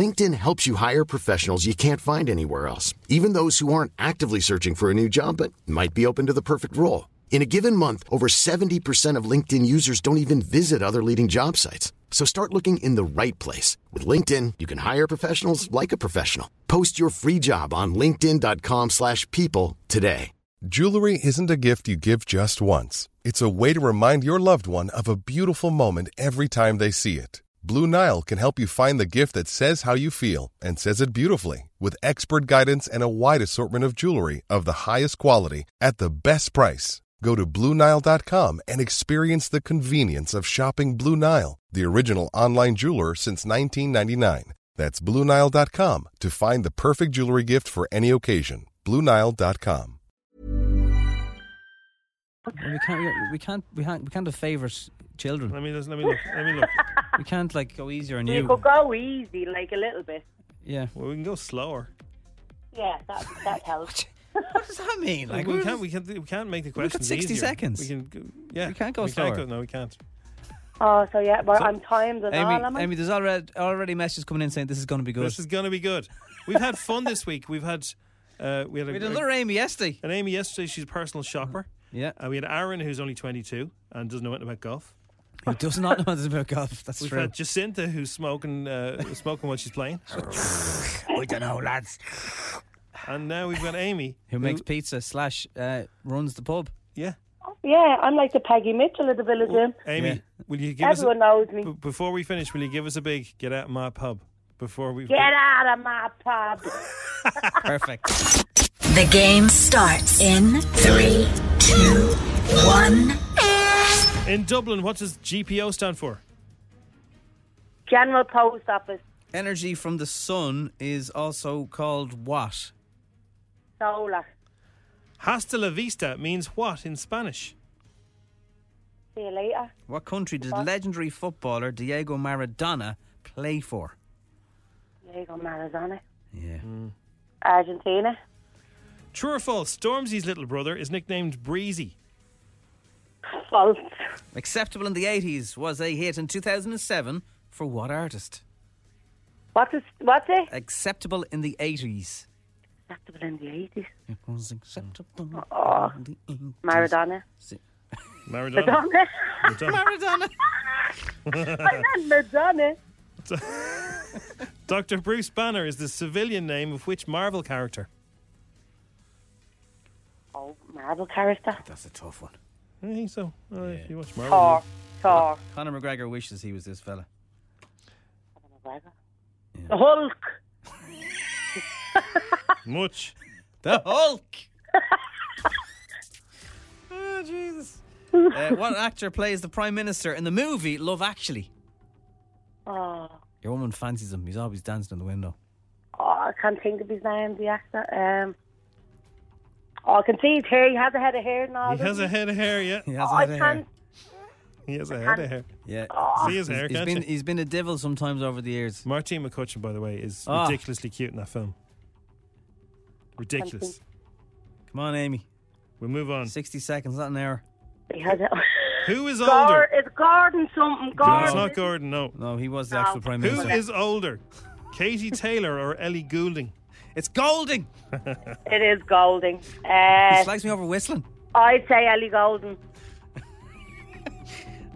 [SPEAKER 20] LinkedIn helps you hire professionals you can't find anywhere else, even those who aren't actively searching for a new job but might be open to the perfect role. In a given month, over 70% of LinkedIn users don't even visit other leading job sites. So start looking in the right place. With LinkedIn, you can hire professionals like a professional. Post your free job on linkedin.com/people slash people today.
[SPEAKER 21] Jewelry isn't a gift you give just once. It's a way to remind your loved one of a beautiful moment every time they see it. Blue Nile can help you find the gift that says how you feel and says it beautifully with expert guidance and a wide assortment of jewelry of the highest quality at the best price. Go to BlueNile.com and experience the convenience of shopping Blue Nile, the original online jeweler since 1999. That's BlueNile.com to find the perfect jewelry gift for any occasion. BlueNile.com.
[SPEAKER 3] Well, we can't. We can't. We can't. We can't have favourite children. Let
[SPEAKER 2] me. Let me look. Let me look.
[SPEAKER 3] we can't like go easier on
[SPEAKER 17] We
[SPEAKER 3] you.
[SPEAKER 17] could go easy, like a little bit.
[SPEAKER 3] Yeah.
[SPEAKER 2] Well, we can go slower.
[SPEAKER 17] Yeah, that, that helps.
[SPEAKER 3] what does that mean?
[SPEAKER 2] Like, we can't. We can't. We can't make the
[SPEAKER 3] We've got
[SPEAKER 2] questions
[SPEAKER 3] 60
[SPEAKER 2] easier.
[SPEAKER 3] seconds.
[SPEAKER 2] We can. go- Yeah.
[SPEAKER 3] We can't go
[SPEAKER 2] we
[SPEAKER 3] slower.
[SPEAKER 2] Can't go, no, we can't.
[SPEAKER 17] Oh, so yeah, well,
[SPEAKER 3] So-
[SPEAKER 17] I'm timed and all, am
[SPEAKER 3] Amy,
[SPEAKER 17] I?
[SPEAKER 3] Amy, there's already already messages coming in saying this is going to be good.
[SPEAKER 2] This is going to be good. We've had fun this week. We've had uh, we had, a,
[SPEAKER 3] We had another Amy yesterday.
[SPEAKER 2] An Amy yesterday. She's a personal shopper.
[SPEAKER 3] Yeah.
[SPEAKER 2] Uh, we had Aaron, who's only 22 and doesn't know anything about golf.
[SPEAKER 3] Who does not know this about golf? That's
[SPEAKER 2] We've
[SPEAKER 3] true.
[SPEAKER 2] had Jacinta, who's smoking uh, smoking while she's playing.
[SPEAKER 3] we don't know, lads.
[SPEAKER 2] And now we've got Amy,
[SPEAKER 3] Who makes pizza slash uh, runs the pub?
[SPEAKER 2] Yeah.
[SPEAKER 17] Yeah, I'm like the Peggy Mitchell of the village
[SPEAKER 3] Oh,
[SPEAKER 17] inn.
[SPEAKER 2] Amy, will you give
[SPEAKER 17] Everyone
[SPEAKER 2] us?
[SPEAKER 17] knows
[SPEAKER 2] A,
[SPEAKER 17] me.
[SPEAKER 2] b- before we finish, will you give us a big get out of my pub? Before we
[SPEAKER 17] Get out of my pub.
[SPEAKER 3] perfect.
[SPEAKER 5] The game starts in three, two, one.
[SPEAKER 2] In Dublin, what does GPO stand for?
[SPEAKER 17] General Post Office,
[SPEAKER 3] Energy from the sun is also called what?
[SPEAKER 17] solar.
[SPEAKER 2] Hasta la vista means what in Spanish?
[SPEAKER 17] See you later.
[SPEAKER 3] What country did legendary footballer Diego Maradona play for?
[SPEAKER 17] Diego Maradona.
[SPEAKER 3] Yeah.
[SPEAKER 17] Argentina.
[SPEAKER 2] True or false? Stormzy's little brother is nicknamed Breezy.
[SPEAKER 17] False.
[SPEAKER 3] Acceptable in the 80s was a hit in 2007 for what artist?
[SPEAKER 17] What is what's it?
[SPEAKER 3] Acceptable in the 80s.
[SPEAKER 17] Acceptable in the eighties.
[SPEAKER 3] It was acceptable.
[SPEAKER 17] Oh,
[SPEAKER 3] in the 80s.
[SPEAKER 17] Maradona.
[SPEAKER 3] Si-
[SPEAKER 2] Maradona.
[SPEAKER 17] Madonna.
[SPEAKER 3] Maradona.
[SPEAKER 17] I meant Madonna.
[SPEAKER 2] Dr. Bruce Banner is the civilian name of which Marvel character?
[SPEAKER 17] Oh, Marvel character.
[SPEAKER 3] That's a tough one.
[SPEAKER 2] I think so. Uh, if you watch Marvel.
[SPEAKER 17] Thor. Thor.
[SPEAKER 3] Conor McGregor wishes he was this fella.
[SPEAKER 17] The Hulk.
[SPEAKER 2] Much.
[SPEAKER 3] The Hulk. oh, Jesus. Uh, what actor plays the Prime Minister in the movie Love Actually?
[SPEAKER 17] Oh,
[SPEAKER 3] Your woman fancies him. He's always dancing in the window.
[SPEAKER 17] oh, I can't think of his name, the actor. Um, oh, I can see his hair. He has a head of hair now.
[SPEAKER 2] He has a head of hair, yeah.
[SPEAKER 3] He has
[SPEAKER 17] Oh,
[SPEAKER 3] a
[SPEAKER 17] I
[SPEAKER 3] head of hair.
[SPEAKER 17] can't. Oh.
[SPEAKER 2] He has a head of hair.
[SPEAKER 3] Yeah.
[SPEAKER 2] See his hair,
[SPEAKER 3] he's
[SPEAKER 2] can't
[SPEAKER 3] been,
[SPEAKER 2] you?
[SPEAKER 3] he's been a devil sometimes over the years.
[SPEAKER 2] Martin McCutcheon, by the way, is
[SPEAKER 3] Ah.
[SPEAKER 2] ridiculously cute in that film. Ridiculous.
[SPEAKER 3] Come on, Amy.
[SPEAKER 2] We move on.
[SPEAKER 3] 60 seconds, not an hour.
[SPEAKER 17] He has a...
[SPEAKER 2] Who is
[SPEAKER 17] Gor- it's Gordon something. Gordon.
[SPEAKER 2] It's not Gordon, no.
[SPEAKER 3] No, he was
[SPEAKER 17] the No. actual Prime
[SPEAKER 2] Who
[SPEAKER 17] Minister.
[SPEAKER 2] is older, Katie Taylor or Ellie Goulding?
[SPEAKER 3] It's Golding.
[SPEAKER 17] It is Golding. Uh,
[SPEAKER 3] He slags me over whistling.
[SPEAKER 17] I'd say Ellie Golden.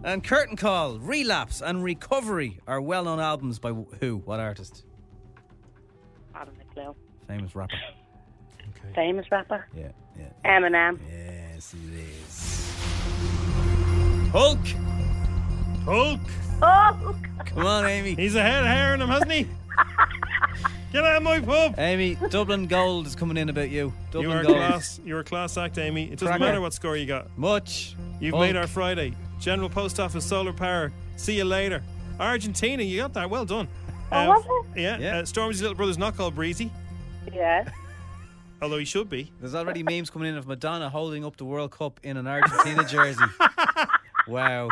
[SPEAKER 3] And Curtain Call, Relapse, and Recovery are well known albums by who? What artist?
[SPEAKER 17] I don't know. clue.
[SPEAKER 3] Famous rapper.
[SPEAKER 17] Famous rapper.
[SPEAKER 3] Yeah, yeah.
[SPEAKER 17] Eminem.
[SPEAKER 3] Yes, it is. Hulk!
[SPEAKER 2] Hulk!
[SPEAKER 17] Oh,
[SPEAKER 3] Come on, Amy.
[SPEAKER 2] He's a head of hair in him, hasn't he? Get out of my pub!
[SPEAKER 3] Amy, Dublin Gold is coming in about you. Dublin
[SPEAKER 2] You are
[SPEAKER 3] Gold.
[SPEAKER 2] class. You're a class act, Amy. It doesn't
[SPEAKER 3] Cracker.
[SPEAKER 2] matter what score you got.
[SPEAKER 3] Much.
[SPEAKER 2] You've
[SPEAKER 3] Hulk.
[SPEAKER 2] made our Friday. General Post Office Solar Power. See you later. Argentina, you got that. Well done.
[SPEAKER 17] Oh, was
[SPEAKER 2] it? Yeah. Uh, Stormy's little brother's not called Breezy,
[SPEAKER 17] yeah.
[SPEAKER 2] although he should be.
[SPEAKER 3] There's already memes coming in of Madonna holding up the World Cup in an Argentina jersey. wow.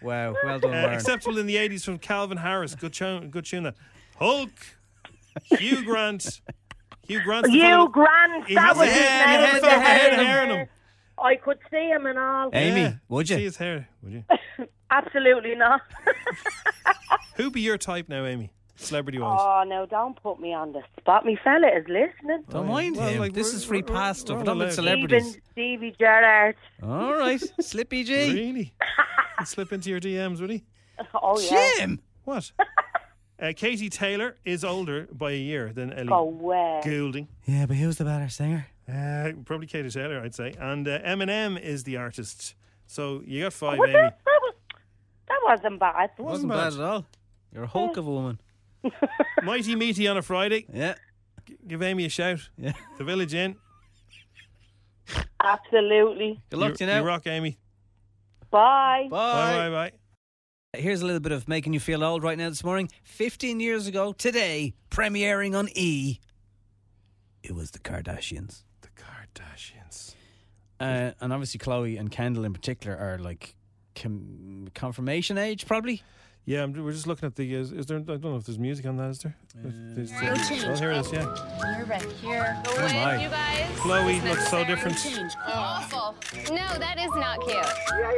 [SPEAKER 3] Wow. Well done,
[SPEAKER 2] Uh,
[SPEAKER 3] Warren.
[SPEAKER 2] acceptable in the 80s from Calvin Harris. Good tune, good tune that. Hulk, Hugh Grant. Hugh Grant.
[SPEAKER 17] You grand.
[SPEAKER 2] He
[SPEAKER 17] that
[SPEAKER 2] has a
[SPEAKER 17] was his
[SPEAKER 2] head, he
[SPEAKER 17] name,
[SPEAKER 2] has
[SPEAKER 17] the
[SPEAKER 2] a head of
[SPEAKER 17] in
[SPEAKER 2] hair in him.
[SPEAKER 17] I could see him and all.
[SPEAKER 3] Amy, would you?
[SPEAKER 2] See his hair, would you?
[SPEAKER 17] Absolutely not.
[SPEAKER 2] Who be your type now, Amy? Celebrity wise.
[SPEAKER 17] Oh no! Don't put me on the spot. Me fella is listening.
[SPEAKER 3] Don't mind
[SPEAKER 2] Well,
[SPEAKER 3] him.
[SPEAKER 2] like,
[SPEAKER 3] this
[SPEAKER 2] we're-
[SPEAKER 3] is free
[SPEAKER 2] we're-
[SPEAKER 3] pass stuff.
[SPEAKER 2] we're
[SPEAKER 3] We're not with
[SPEAKER 2] allowed.
[SPEAKER 3] celebrities.
[SPEAKER 17] Even Stevie Gerrard.
[SPEAKER 3] All right. Slippy G.
[SPEAKER 2] Really? He'd slip into your DMs, would he?
[SPEAKER 17] Oh yeah.
[SPEAKER 3] Jim!
[SPEAKER 2] What? Uh, Katie Taylor is older by a year than Ellie
[SPEAKER 17] Go away.
[SPEAKER 2] Goulding.
[SPEAKER 3] Yeah, but who's the better singer?
[SPEAKER 2] Uh, probably Katie Taylor, I'd say. And uh, Eminem is the artist. So you got five,
[SPEAKER 17] Well,
[SPEAKER 2] Amy.
[SPEAKER 17] that, that was that wasn't bad.
[SPEAKER 3] Wasn't bad at all. You're a Hulk of a woman.
[SPEAKER 2] Mighty Meaty on a Friday.
[SPEAKER 3] Yeah.
[SPEAKER 2] G- give Amy a shout.
[SPEAKER 3] Yeah.
[SPEAKER 2] The Village Inn.
[SPEAKER 17] Absolutely.
[SPEAKER 3] Good luck to you now.
[SPEAKER 2] You rock, Amy.
[SPEAKER 17] Bye.
[SPEAKER 2] Bye, bye,
[SPEAKER 3] Bye.
[SPEAKER 2] bye.
[SPEAKER 3] Here's a little bit of making you feel old right now this morning. 15 years ago today, premiering on E, it was the Kardashians.
[SPEAKER 2] The Kardashians.
[SPEAKER 3] Uh, and obviously, Chloe and Kendall in particular are like com- confirmation age, probably.
[SPEAKER 2] Yeah, I'm, we're just looking at the. Is, is there? I don't know if there's music on that. Is there?
[SPEAKER 3] Uh,
[SPEAKER 2] There's- there's-
[SPEAKER 5] change.
[SPEAKER 2] oh, here it is. Yeah.
[SPEAKER 5] You're right here.
[SPEAKER 2] Oh my.
[SPEAKER 15] guys.
[SPEAKER 2] Chloe looks so different.
[SPEAKER 15] Awful. No, that is not cute.
[SPEAKER 22] Yeah,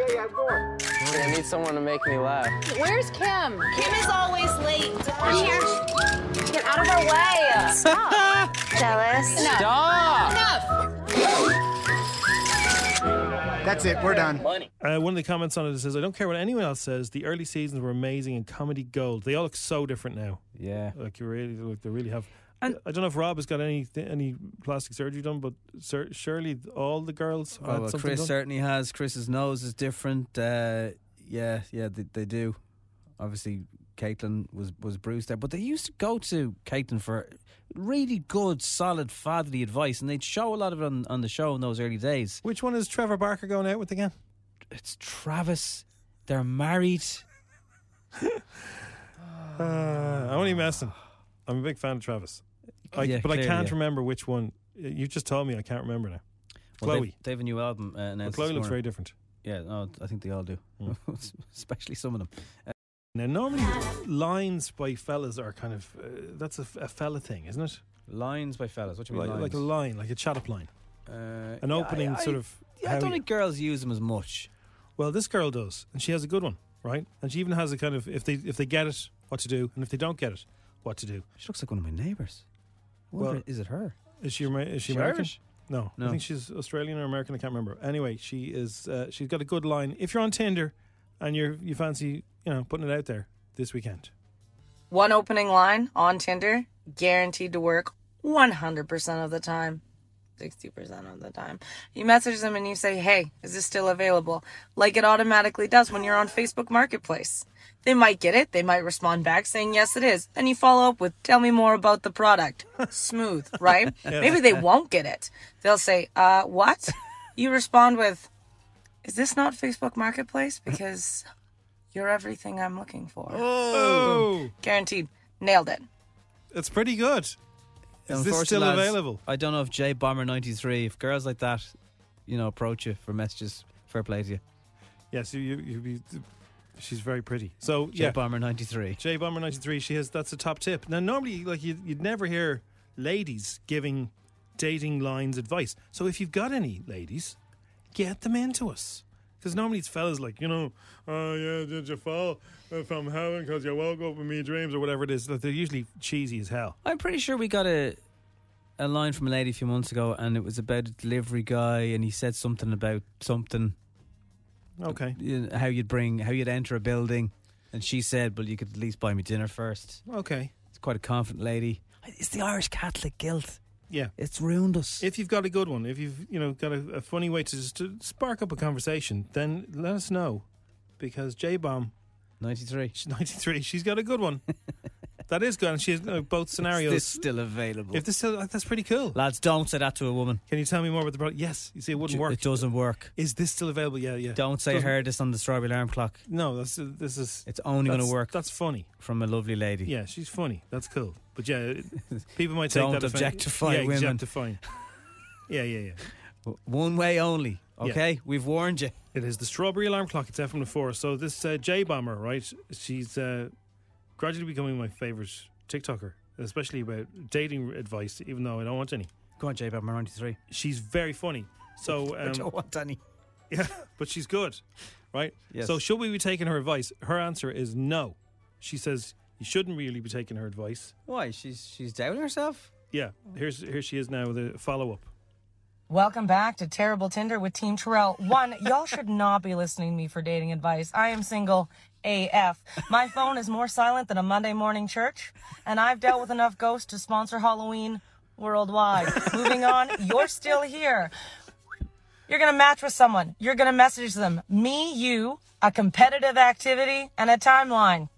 [SPEAKER 22] yeah, yeah, I'm going. I need someone to make me laugh.
[SPEAKER 5] Where's Kim? Kim is always late. We're here. Get out of our way. Stop. Jealous. Enough.
[SPEAKER 22] Stop.
[SPEAKER 5] Enough.
[SPEAKER 23] That's it. We're done.
[SPEAKER 2] Uh, one of the comments on it says, "I don't care what anyone else says. The early seasons were amazing and comedy gold. They all look so different now.
[SPEAKER 3] Yeah.
[SPEAKER 2] Like you really, like they really have." I don't know if Rob has got any any plastic surgery done, but sur- surely all the girls have
[SPEAKER 3] Oh,
[SPEAKER 2] had
[SPEAKER 3] well,
[SPEAKER 2] something
[SPEAKER 3] Chris
[SPEAKER 2] done.
[SPEAKER 3] certainly has. Chris's nose is different. Uh, yeah, yeah, they, they do. Obviously, Caitlin was was bruised there, but they used to go to Caitlin for really good, solid fatherly advice, and they'd show a lot of it on, on the show in those early days.
[SPEAKER 2] Which one is Trevor Barker going out with again?
[SPEAKER 3] It's Travis. They're married.
[SPEAKER 2] Uh, I'm only messing. I'm a big fan of Travis, I,
[SPEAKER 3] Yeah,
[SPEAKER 2] but
[SPEAKER 3] clearly,
[SPEAKER 2] I can't
[SPEAKER 3] yeah.
[SPEAKER 2] remember which one. You just told me I can't remember now.
[SPEAKER 3] Well,
[SPEAKER 2] Chloe.
[SPEAKER 3] they've, they've a new album uh,
[SPEAKER 2] But
[SPEAKER 3] announced.
[SPEAKER 2] Chloe
[SPEAKER 3] this
[SPEAKER 2] looks very
[SPEAKER 3] morning.
[SPEAKER 2] different. Hmm.
[SPEAKER 3] Yeah, no, I think they all do, especially some of them. Uh,
[SPEAKER 2] Now, normally lines by fellas are kind of uh, that's a, f- a fella thing, isn't it?
[SPEAKER 3] lines by fellas. What do you mean?
[SPEAKER 2] Like, like a
[SPEAKER 3] lines?
[SPEAKER 2] line, like a chat up line,
[SPEAKER 3] Uh,
[SPEAKER 2] an
[SPEAKER 3] yeah,
[SPEAKER 2] opening
[SPEAKER 3] I-
[SPEAKER 2] sort
[SPEAKER 3] I-
[SPEAKER 2] of.
[SPEAKER 3] Yeah, I
[SPEAKER 2] how
[SPEAKER 3] don't
[SPEAKER 2] you-
[SPEAKER 3] think girls use them as much.
[SPEAKER 2] Well, this girl does, and she has a good one, right? And she even has a kind of if they if they get it, what to do, and if they don't get it, what to do.
[SPEAKER 3] She looks like one of my neighbours.
[SPEAKER 2] Well-
[SPEAKER 3] Well, is it her?
[SPEAKER 2] Is she Amer- is she
[SPEAKER 3] She
[SPEAKER 2] American?
[SPEAKER 3] Irish?
[SPEAKER 2] No,
[SPEAKER 3] No.
[SPEAKER 2] I think she's Australian or American. I can't remember. Anyway, she is. Uh, she's got a good line. If you're on Tinder and you're you fancy you know putting it out there this weekend,
[SPEAKER 24] One opening line on Tinder guaranteed to work 100% of the time. 60% of the time. You message them and you say, hey, is this still available? Like it automatically does when you're on Facebook Marketplace. They might get it. They might respond back saying, yes, it is. Then you follow up with, tell me more about the product. Smooth, right?
[SPEAKER 25] Yeah.
[SPEAKER 24] Maybe they won't get it. They'll say, uh, what? You respond with, Is this not Facebook Marketplace? Because you're everything I'm looking for.
[SPEAKER 2] Oh.
[SPEAKER 24] Guaranteed. Nailed it.
[SPEAKER 2] It's pretty good. Is this still
[SPEAKER 3] lads,
[SPEAKER 2] available?
[SPEAKER 3] I don't know if J Bomber ninety three. If girls like that, you know, approach you for messages, fair play to you.
[SPEAKER 2] Yes, you, you, you, be- she's very pretty. So
[SPEAKER 3] J
[SPEAKER 2] yeah,
[SPEAKER 3] Bomber ninety three.
[SPEAKER 2] J Bomber ninety three. She has that's a top tip. Now normally, like you, you'd never hear ladies giving dating lines advice. So if you've got any ladies, get them into us. Because normally it's fellas like you know, oh yeah, did you fall uh, from heaven because you woke up with me dreams or whatever it is. That they're usually cheesy as hell.
[SPEAKER 3] I'm pretty sure we got a a line from a lady a few months ago, and it was about a delivery guy, and he said something about something.
[SPEAKER 2] Okay.
[SPEAKER 3] You know, how you'd bring, how you'd enter a building, and she said, "Well, you could at least buy me dinner first.
[SPEAKER 2] Okay.
[SPEAKER 3] It's quite a confident lady. It's the Irish Catholic guilt.
[SPEAKER 2] Yeah,
[SPEAKER 3] it's ruined us.
[SPEAKER 2] If you've got a good one, if you've you know got a, a funny way to just to spark up a conversation, then let us know, because J Bomb,
[SPEAKER 3] ninety three,
[SPEAKER 2] ninety three, she's got a good one. that is good, and she has uh, both scenarios.
[SPEAKER 3] this still available?
[SPEAKER 2] If this still, that's pretty cool,
[SPEAKER 3] lads, don't say that to a woman.
[SPEAKER 2] Can you tell me more about the product? Yes, you see, it wouldn't
[SPEAKER 3] Ju-
[SPEAKER 2] work.
[SPEAKER 3] It doesn't work.
[SPEAKER 2] Is this still available? Yeah, yeah.
[SPEAKER 3] Don't say
[SPEAKER 2] Doesn't-
[SPEAKER 3] heard this on the strawberry alarm clock.
[SPEAKER 2] No, that's uh, this is.
[SPEAKER 3] It's only going to
[SPEAKER 2] that's-
[SPEAKER 3] work
[SPEAKER 2] That's funny.
[SPEAKER 3] from a lovely lady.
[SPEAKER 2] Yeah, she's funny. That's cool. But yeah, it- people might take
[SPEAKER 3] Don't
[SPEAKER 2] that. offend-
[SPEAKER 3] objectify
[SPEAKER 2] yeah,
[SPEAKER 3] women.
[SPEAKER 2] Objectifying. yeah, yeah, yeah.
[SPEAKER 3] W- One way only.
[SPEAKER 2] Yeah.
[SPEAKER 3] Okay, we've warned you.
[SPEAKER 2] It is the strawberry alarm clock. It's FM four. So this uh, J bomber, right? She's uh, gradually becoming my favorite TikToker, especially about dating advice. Even though I don't want any,
[SPEAKER 3] Go on, J Bob, ninety three.
[SPEAKER 2] she's very funny. So
[SPEAKER 3] I don't
[SPEAKER 2] um,
[SPEAKER 3] want any.
[SPEAKER 2] yeah, but she's good, right?
[SPEAKER 3] Yes.
[SPEAKER 2] So should we be taking her advice? Her answer is no. She says you shouldn't really be taking her advice.
[SPEAKER 3] Why? She's she's doubting herself.
[SPEAKER 2] Yeah, here's here she is now with a follow up.
[SPEAKER 24] Welcome back to Terrible Tinder with Team Terrell. One, y'all should not be listening to me for dating advice. I am single AF. My phone is more silent than a Monday morning church, and I've dealt with enough ghosts to sponsor Halloween worldwide. Moving on, you're still here. You're going to match with someone, you're going to message them. Me, you, a competitive activity, and a timeline.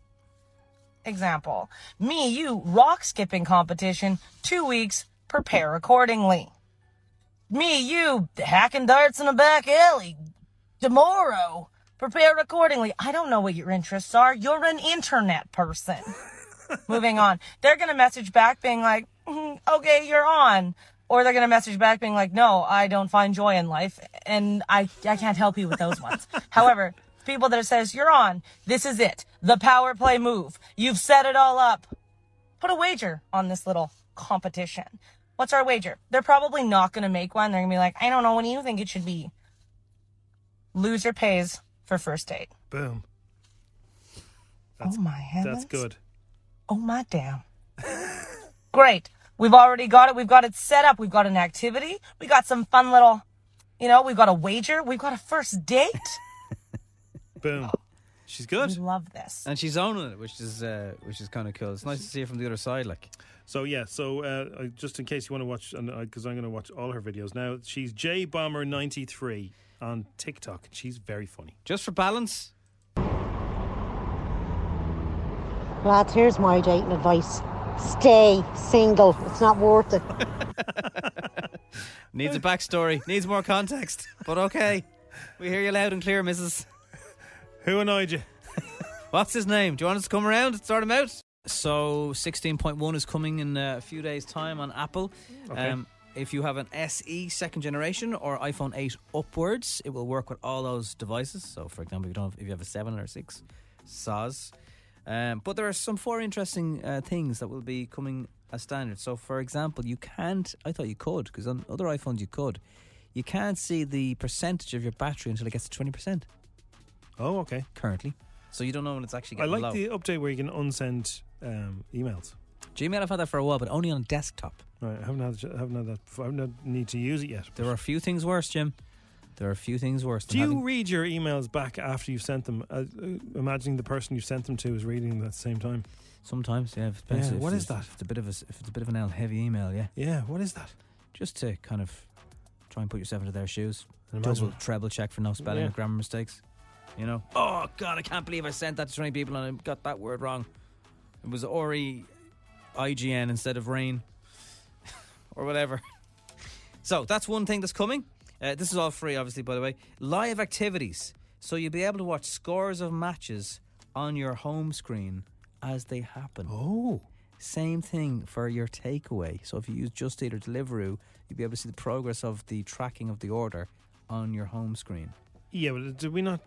[SPEAKER 24] Example Me, you, rock skipping competition, two weeks, prepare accordingly me, you, hacking darts in a back alley tomorrow. Prepare accordingly. I don't know what your interests are. You're an internet person. Moving on. They're going to message back being like, "Mhm, okay, you're on. Or they're going to message back being like, no, I don't find joy in life and I, I can't help you with those ones. However, people that it says, you're on, this is it. The power play move. You've set it all up put a wager on this little competition. What's our wager? They're probably not going to make one. They're going to be like, I don't know. What do you think it should be? Loser pays for first date.
[SPEAKER 2] Boom.
[SPEAKER 24] oh my heavens.
[SPEAKER 2] That's good.
[SPEAKER 24] Oh my damn. Great. We've already got it. We've got it set up. We've got an activity. We got some fun little, you know, we've got a wager. We've got a first date.
[SPEAKER 2] Boom. She's good.
[SPEAKER 24] Love this.
[SPEAKER 3] And she's owning it, which is uh, which is kind of cool. It's nice to see her from the other side. Like
[SPEAKER 2] So yeah, so uh, I- just in case you want to watch, because I'm going to watch all her videos now. She's J Bomber ninety three on TikTok. She's very funny.
[SPEAKER 3] just for balance.
[SPEAKER 26] Lads, here's my dating advice. Stay single. It's not worth it.
[SPEAKER 3] Needs a backstory. needs more context. But okay, we hear you loud and clear, Mrs.
[SPEAKER 2] Who annoyed you?
[SPEAKER 3] What's his name? Do you want us to come around and start him out? So 16.1 is coming in a few days' time on Apple. Um,
[SPEAKER 2] Okay.
[SPEAKER 3] if you have an SE second generation or iPhone 8 upwards, it will work with all those devices. So, for example, if you don't have, if you have a seven or a six, SAS. Um, but there are some four interesting uh, things that will be coming as standard. So, for example, you can't. I thought you could because on other iPhones you could. You can't see the percentage of your battery until it gets to twenty percent
[SPEAKER 2] Oh, okay.
[SPEAKER 3] currently. So you don't know when it's actually
[SPEAKER 2] I
[SPEAKER 3] getting
[SPEAKER 2] like
[SPEAKER 3] low.
[SPEAKER 2] the update where you can unsend um, emails.
[SPEAKER 3] Gmail, I've had that for a while, but only on desktop.
[SPEAKER 2] Right, I haven't had, I haven't had that. Before. I haven't had need to use it yet.
[SPEAKER 3] There are a few things worse, Jim. There are a few things worse. Than
[SPEAKER 2] Do
[SPEAKER 3] having-
[SPEAKER 2] you read your emails back after you've sent them? Uh, uh, imagining the person you sent them to is reading them at the same time.
[SPEAKER 3] Sometimes, yeah. If it's
[SPEAKER 2] Yeah,
[SPEAKER 3] if
[SPEAKER 2] what
[SPEAKER 3] it's-
[SPEAKER 2] is that?
[SPEAKER 3] If it's a bit of a, s- if it's a bit of an L heavy email, yeah.
[SPEAKER 2] Yeah, what is that?
[SPEAKER 3] Just to kind of try and put yourself into their shoes.
[SPEAKER 2] And
[SPEAKER 3] Double,
[SPEAKER 2] imagine-
[SPEAKER 3] treble check for no spelling
[SPEAKER 2] Yeah.
[SPEAKER 3] or grammar mistakes. You know. Oh God, I can't believe I sent that to so many people and I got that word wrong. It was Ori, IGN instead of rain, or whatever. So that's one thing that's coming. Uh, this is all free, obviously, by the way. Live activities. So you'll be able to watch scores of matches on your home screen as they happen.
[SPEAKER 2] Oh.
[SPEAKER 3] Same thing for your takeaway. So if you use Just Eat or Deliveroo, you'll be able to see the progress of the tracking of the order on your home screen.
[SPEAKER 2] Yeah, but uh, did we not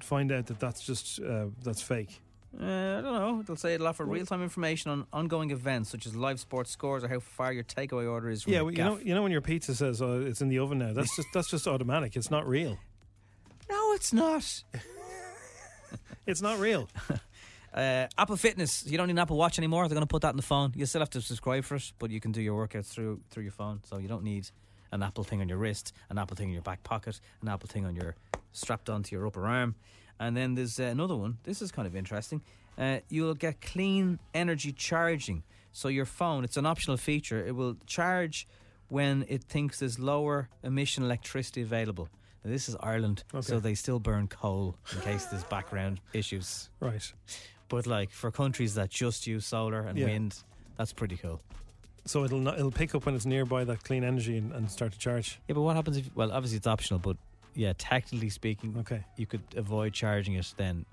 [SPEAKER 2] find out that that's just uh, that's fake?
[SPEAKER 3] Uh, I don't know. It'll say it'll offer real time information on ongoing events such as live sports scores or how far your takeaway order is from
[SPEAKER 2] Yeah,
[SPEAKER 3] the
[SPEAKER 2] well, you
[SPEAKER 3] gaff.
[SPEAKER 2] know, you know when your pizza says oh, it's in the oven now. That's just that's just automatic. It's not real.
[SPEAKER 3] No, it's not.
[SPEAKER 2] it's not real.
[SPEAKER 3] uh, Apple Fitness. You don't need an Apple Watch anymore. They're going to put that in the phone. You still have to subscribe for it, but you can do your workouts through through your phone. So you don't need an Apple thing on your wrist, an Apple thing in your back pocket, an Apple thing on your strapped onto your upper arm. And then there's uh, another one. This is kind of interesting. Uh, you'll get clean energy charging. So your phone, it's an optional feature. It will charge when it thinks there's lower emission electricity available. Now, this is Ireland, so they still burn coal in case there's background issues.
[SPEAKER 2] Right.
[SPEAKER 3] But like for countries that just use solar and
[SPEAKER 2] Yeah.
[SPEAKER 3] wind, that's pretty cool.
[SPEAKER 2] So it'll not, it'll pick up when it's nearby that clean energy and, and start to charge.
[SPEAKER 3] Yeah, but what happens if? Well, obviously it's optional, but yeah, technically speaking, okay, you could avoid charging it then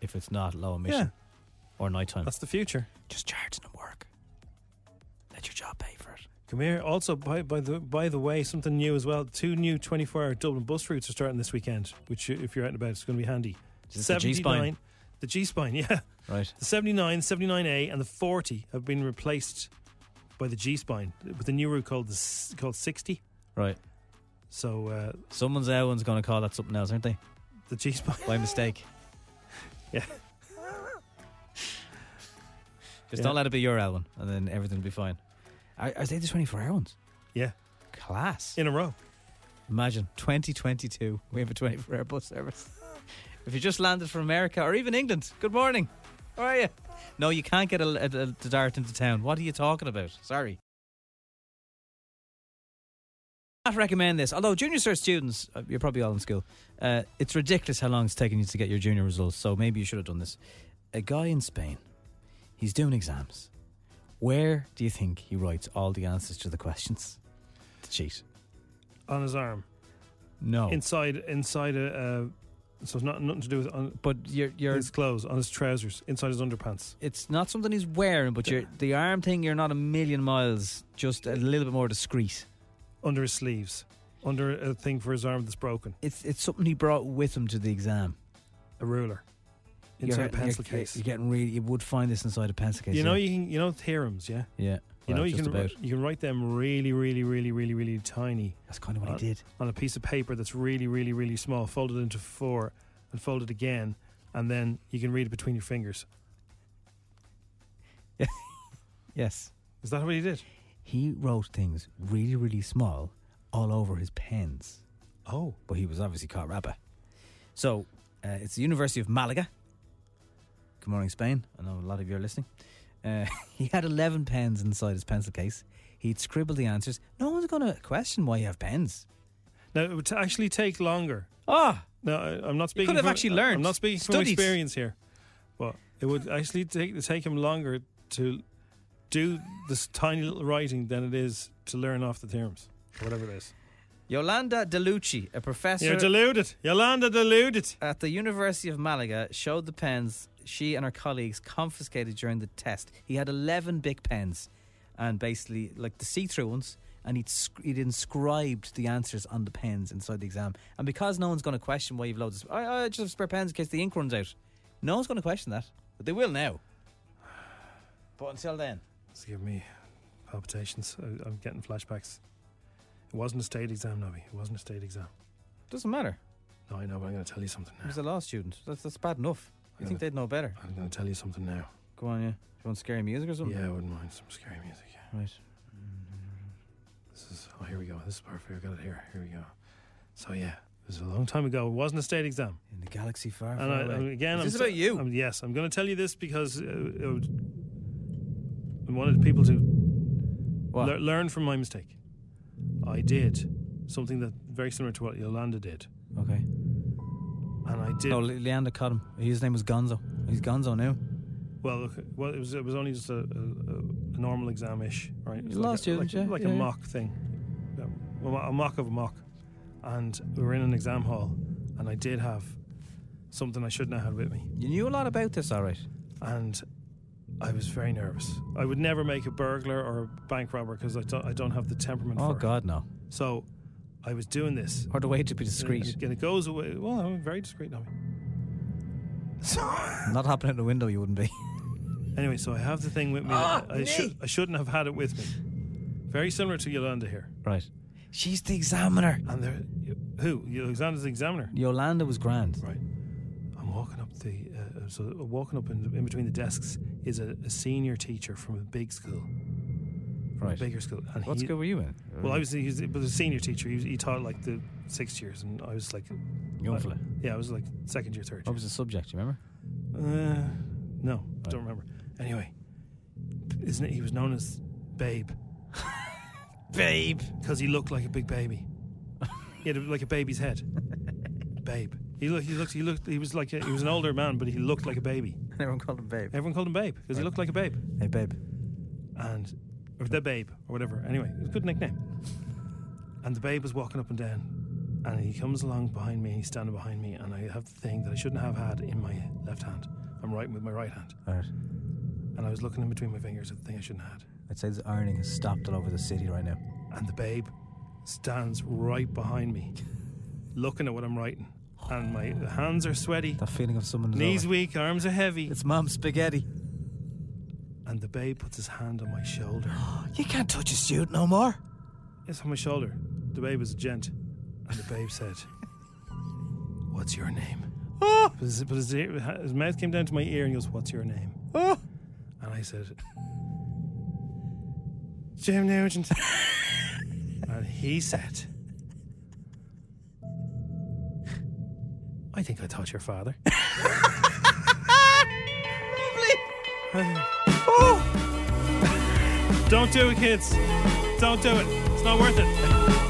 [SPEAKER 3] if it's not low emission
[SPEAKER 2] Yeah.
[SPEAKER 3] or nighttime.
[SPEAKER 2] That's the future.
[SPEAKER 3] Just charge and work. Let your job pay for it.
[SPEAKER 2] Come here. Also, by, by the by the way, something new as well. Two new 24-hour Dublin bus routes are starting this weekend, which you- if you're out and about, it's going to be handy.
[SPEAKER 3] Is this the G-spine?
[SPEAKER 2] the G spine, yeah.
[SPEAKER 3] Right.
[SPEAKER 2] The 79, 79A, and the 40 have been replaced by the G spine with a new route called the s- called 60.
[SPEAKER 3] Right.
[SPEAKER 2] So uh,
[SPEAKER 3] someone's Elwin's going to call that something else, aren't they?
[SPEAKER 2] The G spine.
[SPEAKER 3] By mistake.
[SPEAKER 2] Yeah.
[SPEAKER 3] Just
[SPEAKER 2] Yeah.
[SPEAKER 3] don't let it be your Elwin, and then everything will be fine. Are, are they the twenty-four hour ones?
[SPEAKER 2] Yeah.
[SPEAKER 3] Class.
[SPEAKER 2] In a row.
[SPEAKER 3] Imagine 2022, we have a 24 hour bus service. If you just landed from America or even England, good morning. How are you? No, you can't get a, a, a, to dart into town. What are you talking about? Sorry. Not recommend this. Although junior cert students, uh, you're probably all in school. Uh, it's ridiculous how long it's taking you to get your junior results. So maybe you should have done this. A guy in Spain, he's doing exams. Where do you think he writes all the answers to the questions? To cheat.
[SPEAKER 2] on his arm.
[SPEAKER 3] No.
[SPEAKER 2] Inside, inside a. Uh, so it's not nothing to do with. On,
[SPEAKER 3] but your your
[SPEAKER 2] his clothes on his trousers, inside his underpants.
[SPEAKER 3] it's not something he's wearing, but you're, the arm thing, you're not a million miles, just a little bit more discreet.
[SPEAKER 2] Under his sleeves, under a thing for his arm that's broken.
[SPEAKER 3] It's it's something he brought with him to the exam.
[SPEAKER 2] A ruler. Inside a pencil case.
[SPEAKER 3] You're getting really, you would find this inside a pencil case.
[SPEAKER 2] You know
[SPEAKER 3] yeah.
[SPEAKER 2] you can you know theorems, yeah.
[SPEAKER 3] Yeah,
[SPEAKER 2] You
[SPEAKER 3] well,
[SPEAKER 2] know you
[SPEAKER 3] just
[SPEAKER 2] can
[SPEAKER 3] about.
[SPEAKER 2] wri- you can write them really really really really really tiny.
[SPEAKER 3] That's kind of what I
[SPEAKER 2] on,
[SPEAKER 3] did.
[SPEAKER 2] on a piece of paper that's really really really small, folded into four and folded again, and then you can read it between your fingers.
[SPEAKER 3] Yes.
[SPEAKER 2] Is that what he did?
[SPEAKER 3] He wrote things really, really small all over his pens.
[SPEAKER 2] Oh.
[SPEAKER 3] But he was obviously caught rapper. So uh, it's the University of Malaga. Good morning, Spain. I know a lot of you are listening. Uh, he had 11 pens inside his pencil case. He'd scribble the answers. No one's going to question why you have pens.
[SPEAKER 2] Now it would actually take longer.
[SPEAKER 3] Ah.
[SPEAKER 2] No, I, I'm not speaking.
[SPEAKER 3] could have
[SPEAKER 2] from-
[SPEAKER 3] actually
[SPEAKER 2] I-
[SPEAKER 3] learned,
[SPEAKER 2] I'm not speaking
[SPEAKER 3] studied.
[SPEAKER 2] from experience here. But it would actually take take him longer to do this tiny little writing than it is to learn off the theorems or whatever it is.
[SPEAKER 3] Yolanda DeLucci, a professor.
[SPEAKER 2] You're deluded. Yolanda deluded.
[SPEAKER 3] At the University of Malaga, showed the pens she and her colleagues confiscated during the test. He had 11 big pens and basically, like the see through ones, and he'd, sc- he'd inscribed the answers on the pens inside the exam. And because no one's going to question why you've loads of. I, I just have spare pens in case the ink runs out. No one's going to question that. But they will now. But until then.
[SPEAKER 2] It's giving me palpitations. I, I'm getting flashbacks. It wasn't a state exam, Nobby. It wasn't a state exam.
[SPEAKER 3] Doesn't matter.
[SPEAKER 2] No, I know, but I'm going to tell you something
[SPEAKER 3] He was a law student. That's, that's bad enough. You think they'd know better?
[SPEAKER 2] I'm going to tell you something now.
[SPEAKER 3] Go on, yeah. Do you want scary music or something?
[SPEAKER 2] Yeah, I wouldn't mind some scary music. Yeah.
[SPEAKER 3] Right.
[SPEAKER 2] This is. Oh, here we go. This is perfect. I got it here. Here we go. So yeah, it was a long time ago. It wasn't a state exam.
[SPEAKER 3] In the galaxy far,
[SPEAKER 2] And
[SPEAKER 3] far
[SPEAKER 2] I,
[SPEAKER 3] away.
[SPEAKER 2] I'm- again,
[SPEAKER 3] Is
[SPEAKER 2] I'm
[SPEAKER 3] this
[SPEAKER 2] t-
[SPEAKER 3] about you?
[SPEAKER 2] I'm- yes, I'm going to tell you this because uh, I would- I wanted people to lear- learn from my mistake. I did something that very similar to what Yolanda did,
[SPEAKER 3] Okay.
[SPEAKER 2] and I did.
[SPEAKER 3] No, Le- Leander caught him. His name was Gonzo. He's Gonzo now.
[SPEAKER 2] Well, look, well, it was it was only just a, a, a- a normal exam ish, right? It was
[SPEAKER 3] Last
[SPEAKER 2] like a,
[SPEAKER 3] year,
[SPEAKER 2] like,
[SPEAKER 3] yeah,
[SPEAKER 2] like
[SPEAKER 3] yeah,
[SPEAKER 2] a
[SPEAKER 3] yeah.
[SPEAKER 2] mock thing, Yeah, a mo- a mock of a mock, and we were in an exam hall, and I did have something I shouldn't have had with me.
[SPEAKER 3] You knew a lot about this, all right.
[SPEAKER 2] And I was very nervous. I would never make a burglar or a bank robber because I don't, I don't have the temperament
[SPEAKER 3] Oh,
[SPEAKER 2] for it.
[SPEAKER 3] God, no.
[SPEAKER 2] So I was doing this.
[SPEAKER 3] Or the way to be discreet.
[SPEAKER 2] And it, and it goes away. Well, I'm very discreet now.
[SPEAKER 3] Not happening in the window, you wouldn't be.
[SPEAKER 2] Anyway, so I have the thing with me.
[SPEAKER 3] Ah,
[SPEAKER 2] I, should I shouldn't have had it with me. Very similar to Yolanda here.
[SPEAKER 3] Right. She's the examiner.
[SPEAKER 2] And there, who? Yolanda's the examiner.
[SPEAKER 3] Yolanda was grand.
[SPEAKER 2] Right. I'm walking up the. Uh, so walking up in, in between the desks is a, a senior teacher from a big school. From
[SPEAKER 3] Right.
[SPEAKER 2] A bigger school.
[SPEAKER 3] What school were you in?
[SPEAKER 2] Well, I was. He was, he was a senior teacher. He, was, he taught like the sixth years, and I was like.
[SPEAKER 3] Young
[SPEAKER 2] I-
[SPEAKER 3] fella.
[SPEAKER 2] Yeah, I was like second year, third.
[SPEAKER 3] What was the subject? You remember?
[SPEAKER 2] Uh, no, I don't remember. Anyway, isn't it? He was known as Babe. babe, because he looked like a big baby. he had a, like a baby's head. babe. He looked. He looked. He looked. He was like. A, he was an older man, but he looked like a baby.
[SPEAKER 3] Everyone called him Babe.
[SPEAKER 2] Everyone called him Babe because he looked like a babe.
[SPEAKER 3] Hey, babe.
[SPEAKER 2] And or the Babe or whatever. Anyway, it was a good nickname. And the Babe was walking up and down, and he comes along behind me. and He's standing behind me, and I have the thing that I shouldn't have had in my left hand. I'm writing with my right hand.
[SPEAKER 3] All right.
[SPEAKER 2] And I was looking in between my fingers at the thing I shouldn't have had.
[SPEAKER 3] I'd say the ironing has stopped all over the city right now.
[SPEAKER 2] And the babe stands right behind me, looking at what I'm writing. And my hands are sweaty.
[SPEAKER 3] That feeling of someone. is
[SPEAKER 2] Knees
[SPEAKER 3] over.
[SPEAKER 2] weak, arms are heavy.
[SPEAKER 3] It's mum spaghetti.
[SPEAKER 2] And the babe puts his hand on my shoulder.
[SPEAKER 3] You can't touch a student no more.
[SPEAKER 2] It's on my shoulder. The babe is a gent. And the babe said, What's your name?
[SPEAKER 3] Oh,
[SPEAKER 2] But his, but his, ear, his mouth came down to my ear and he goes, What's your name?
[SPEAKER 3] oh.
[SPEAKER 2] And I said, Jim Nugent. and he said, I think I taught your father. Lovely. Don't do it, kids. Don't do it. It's not worth it.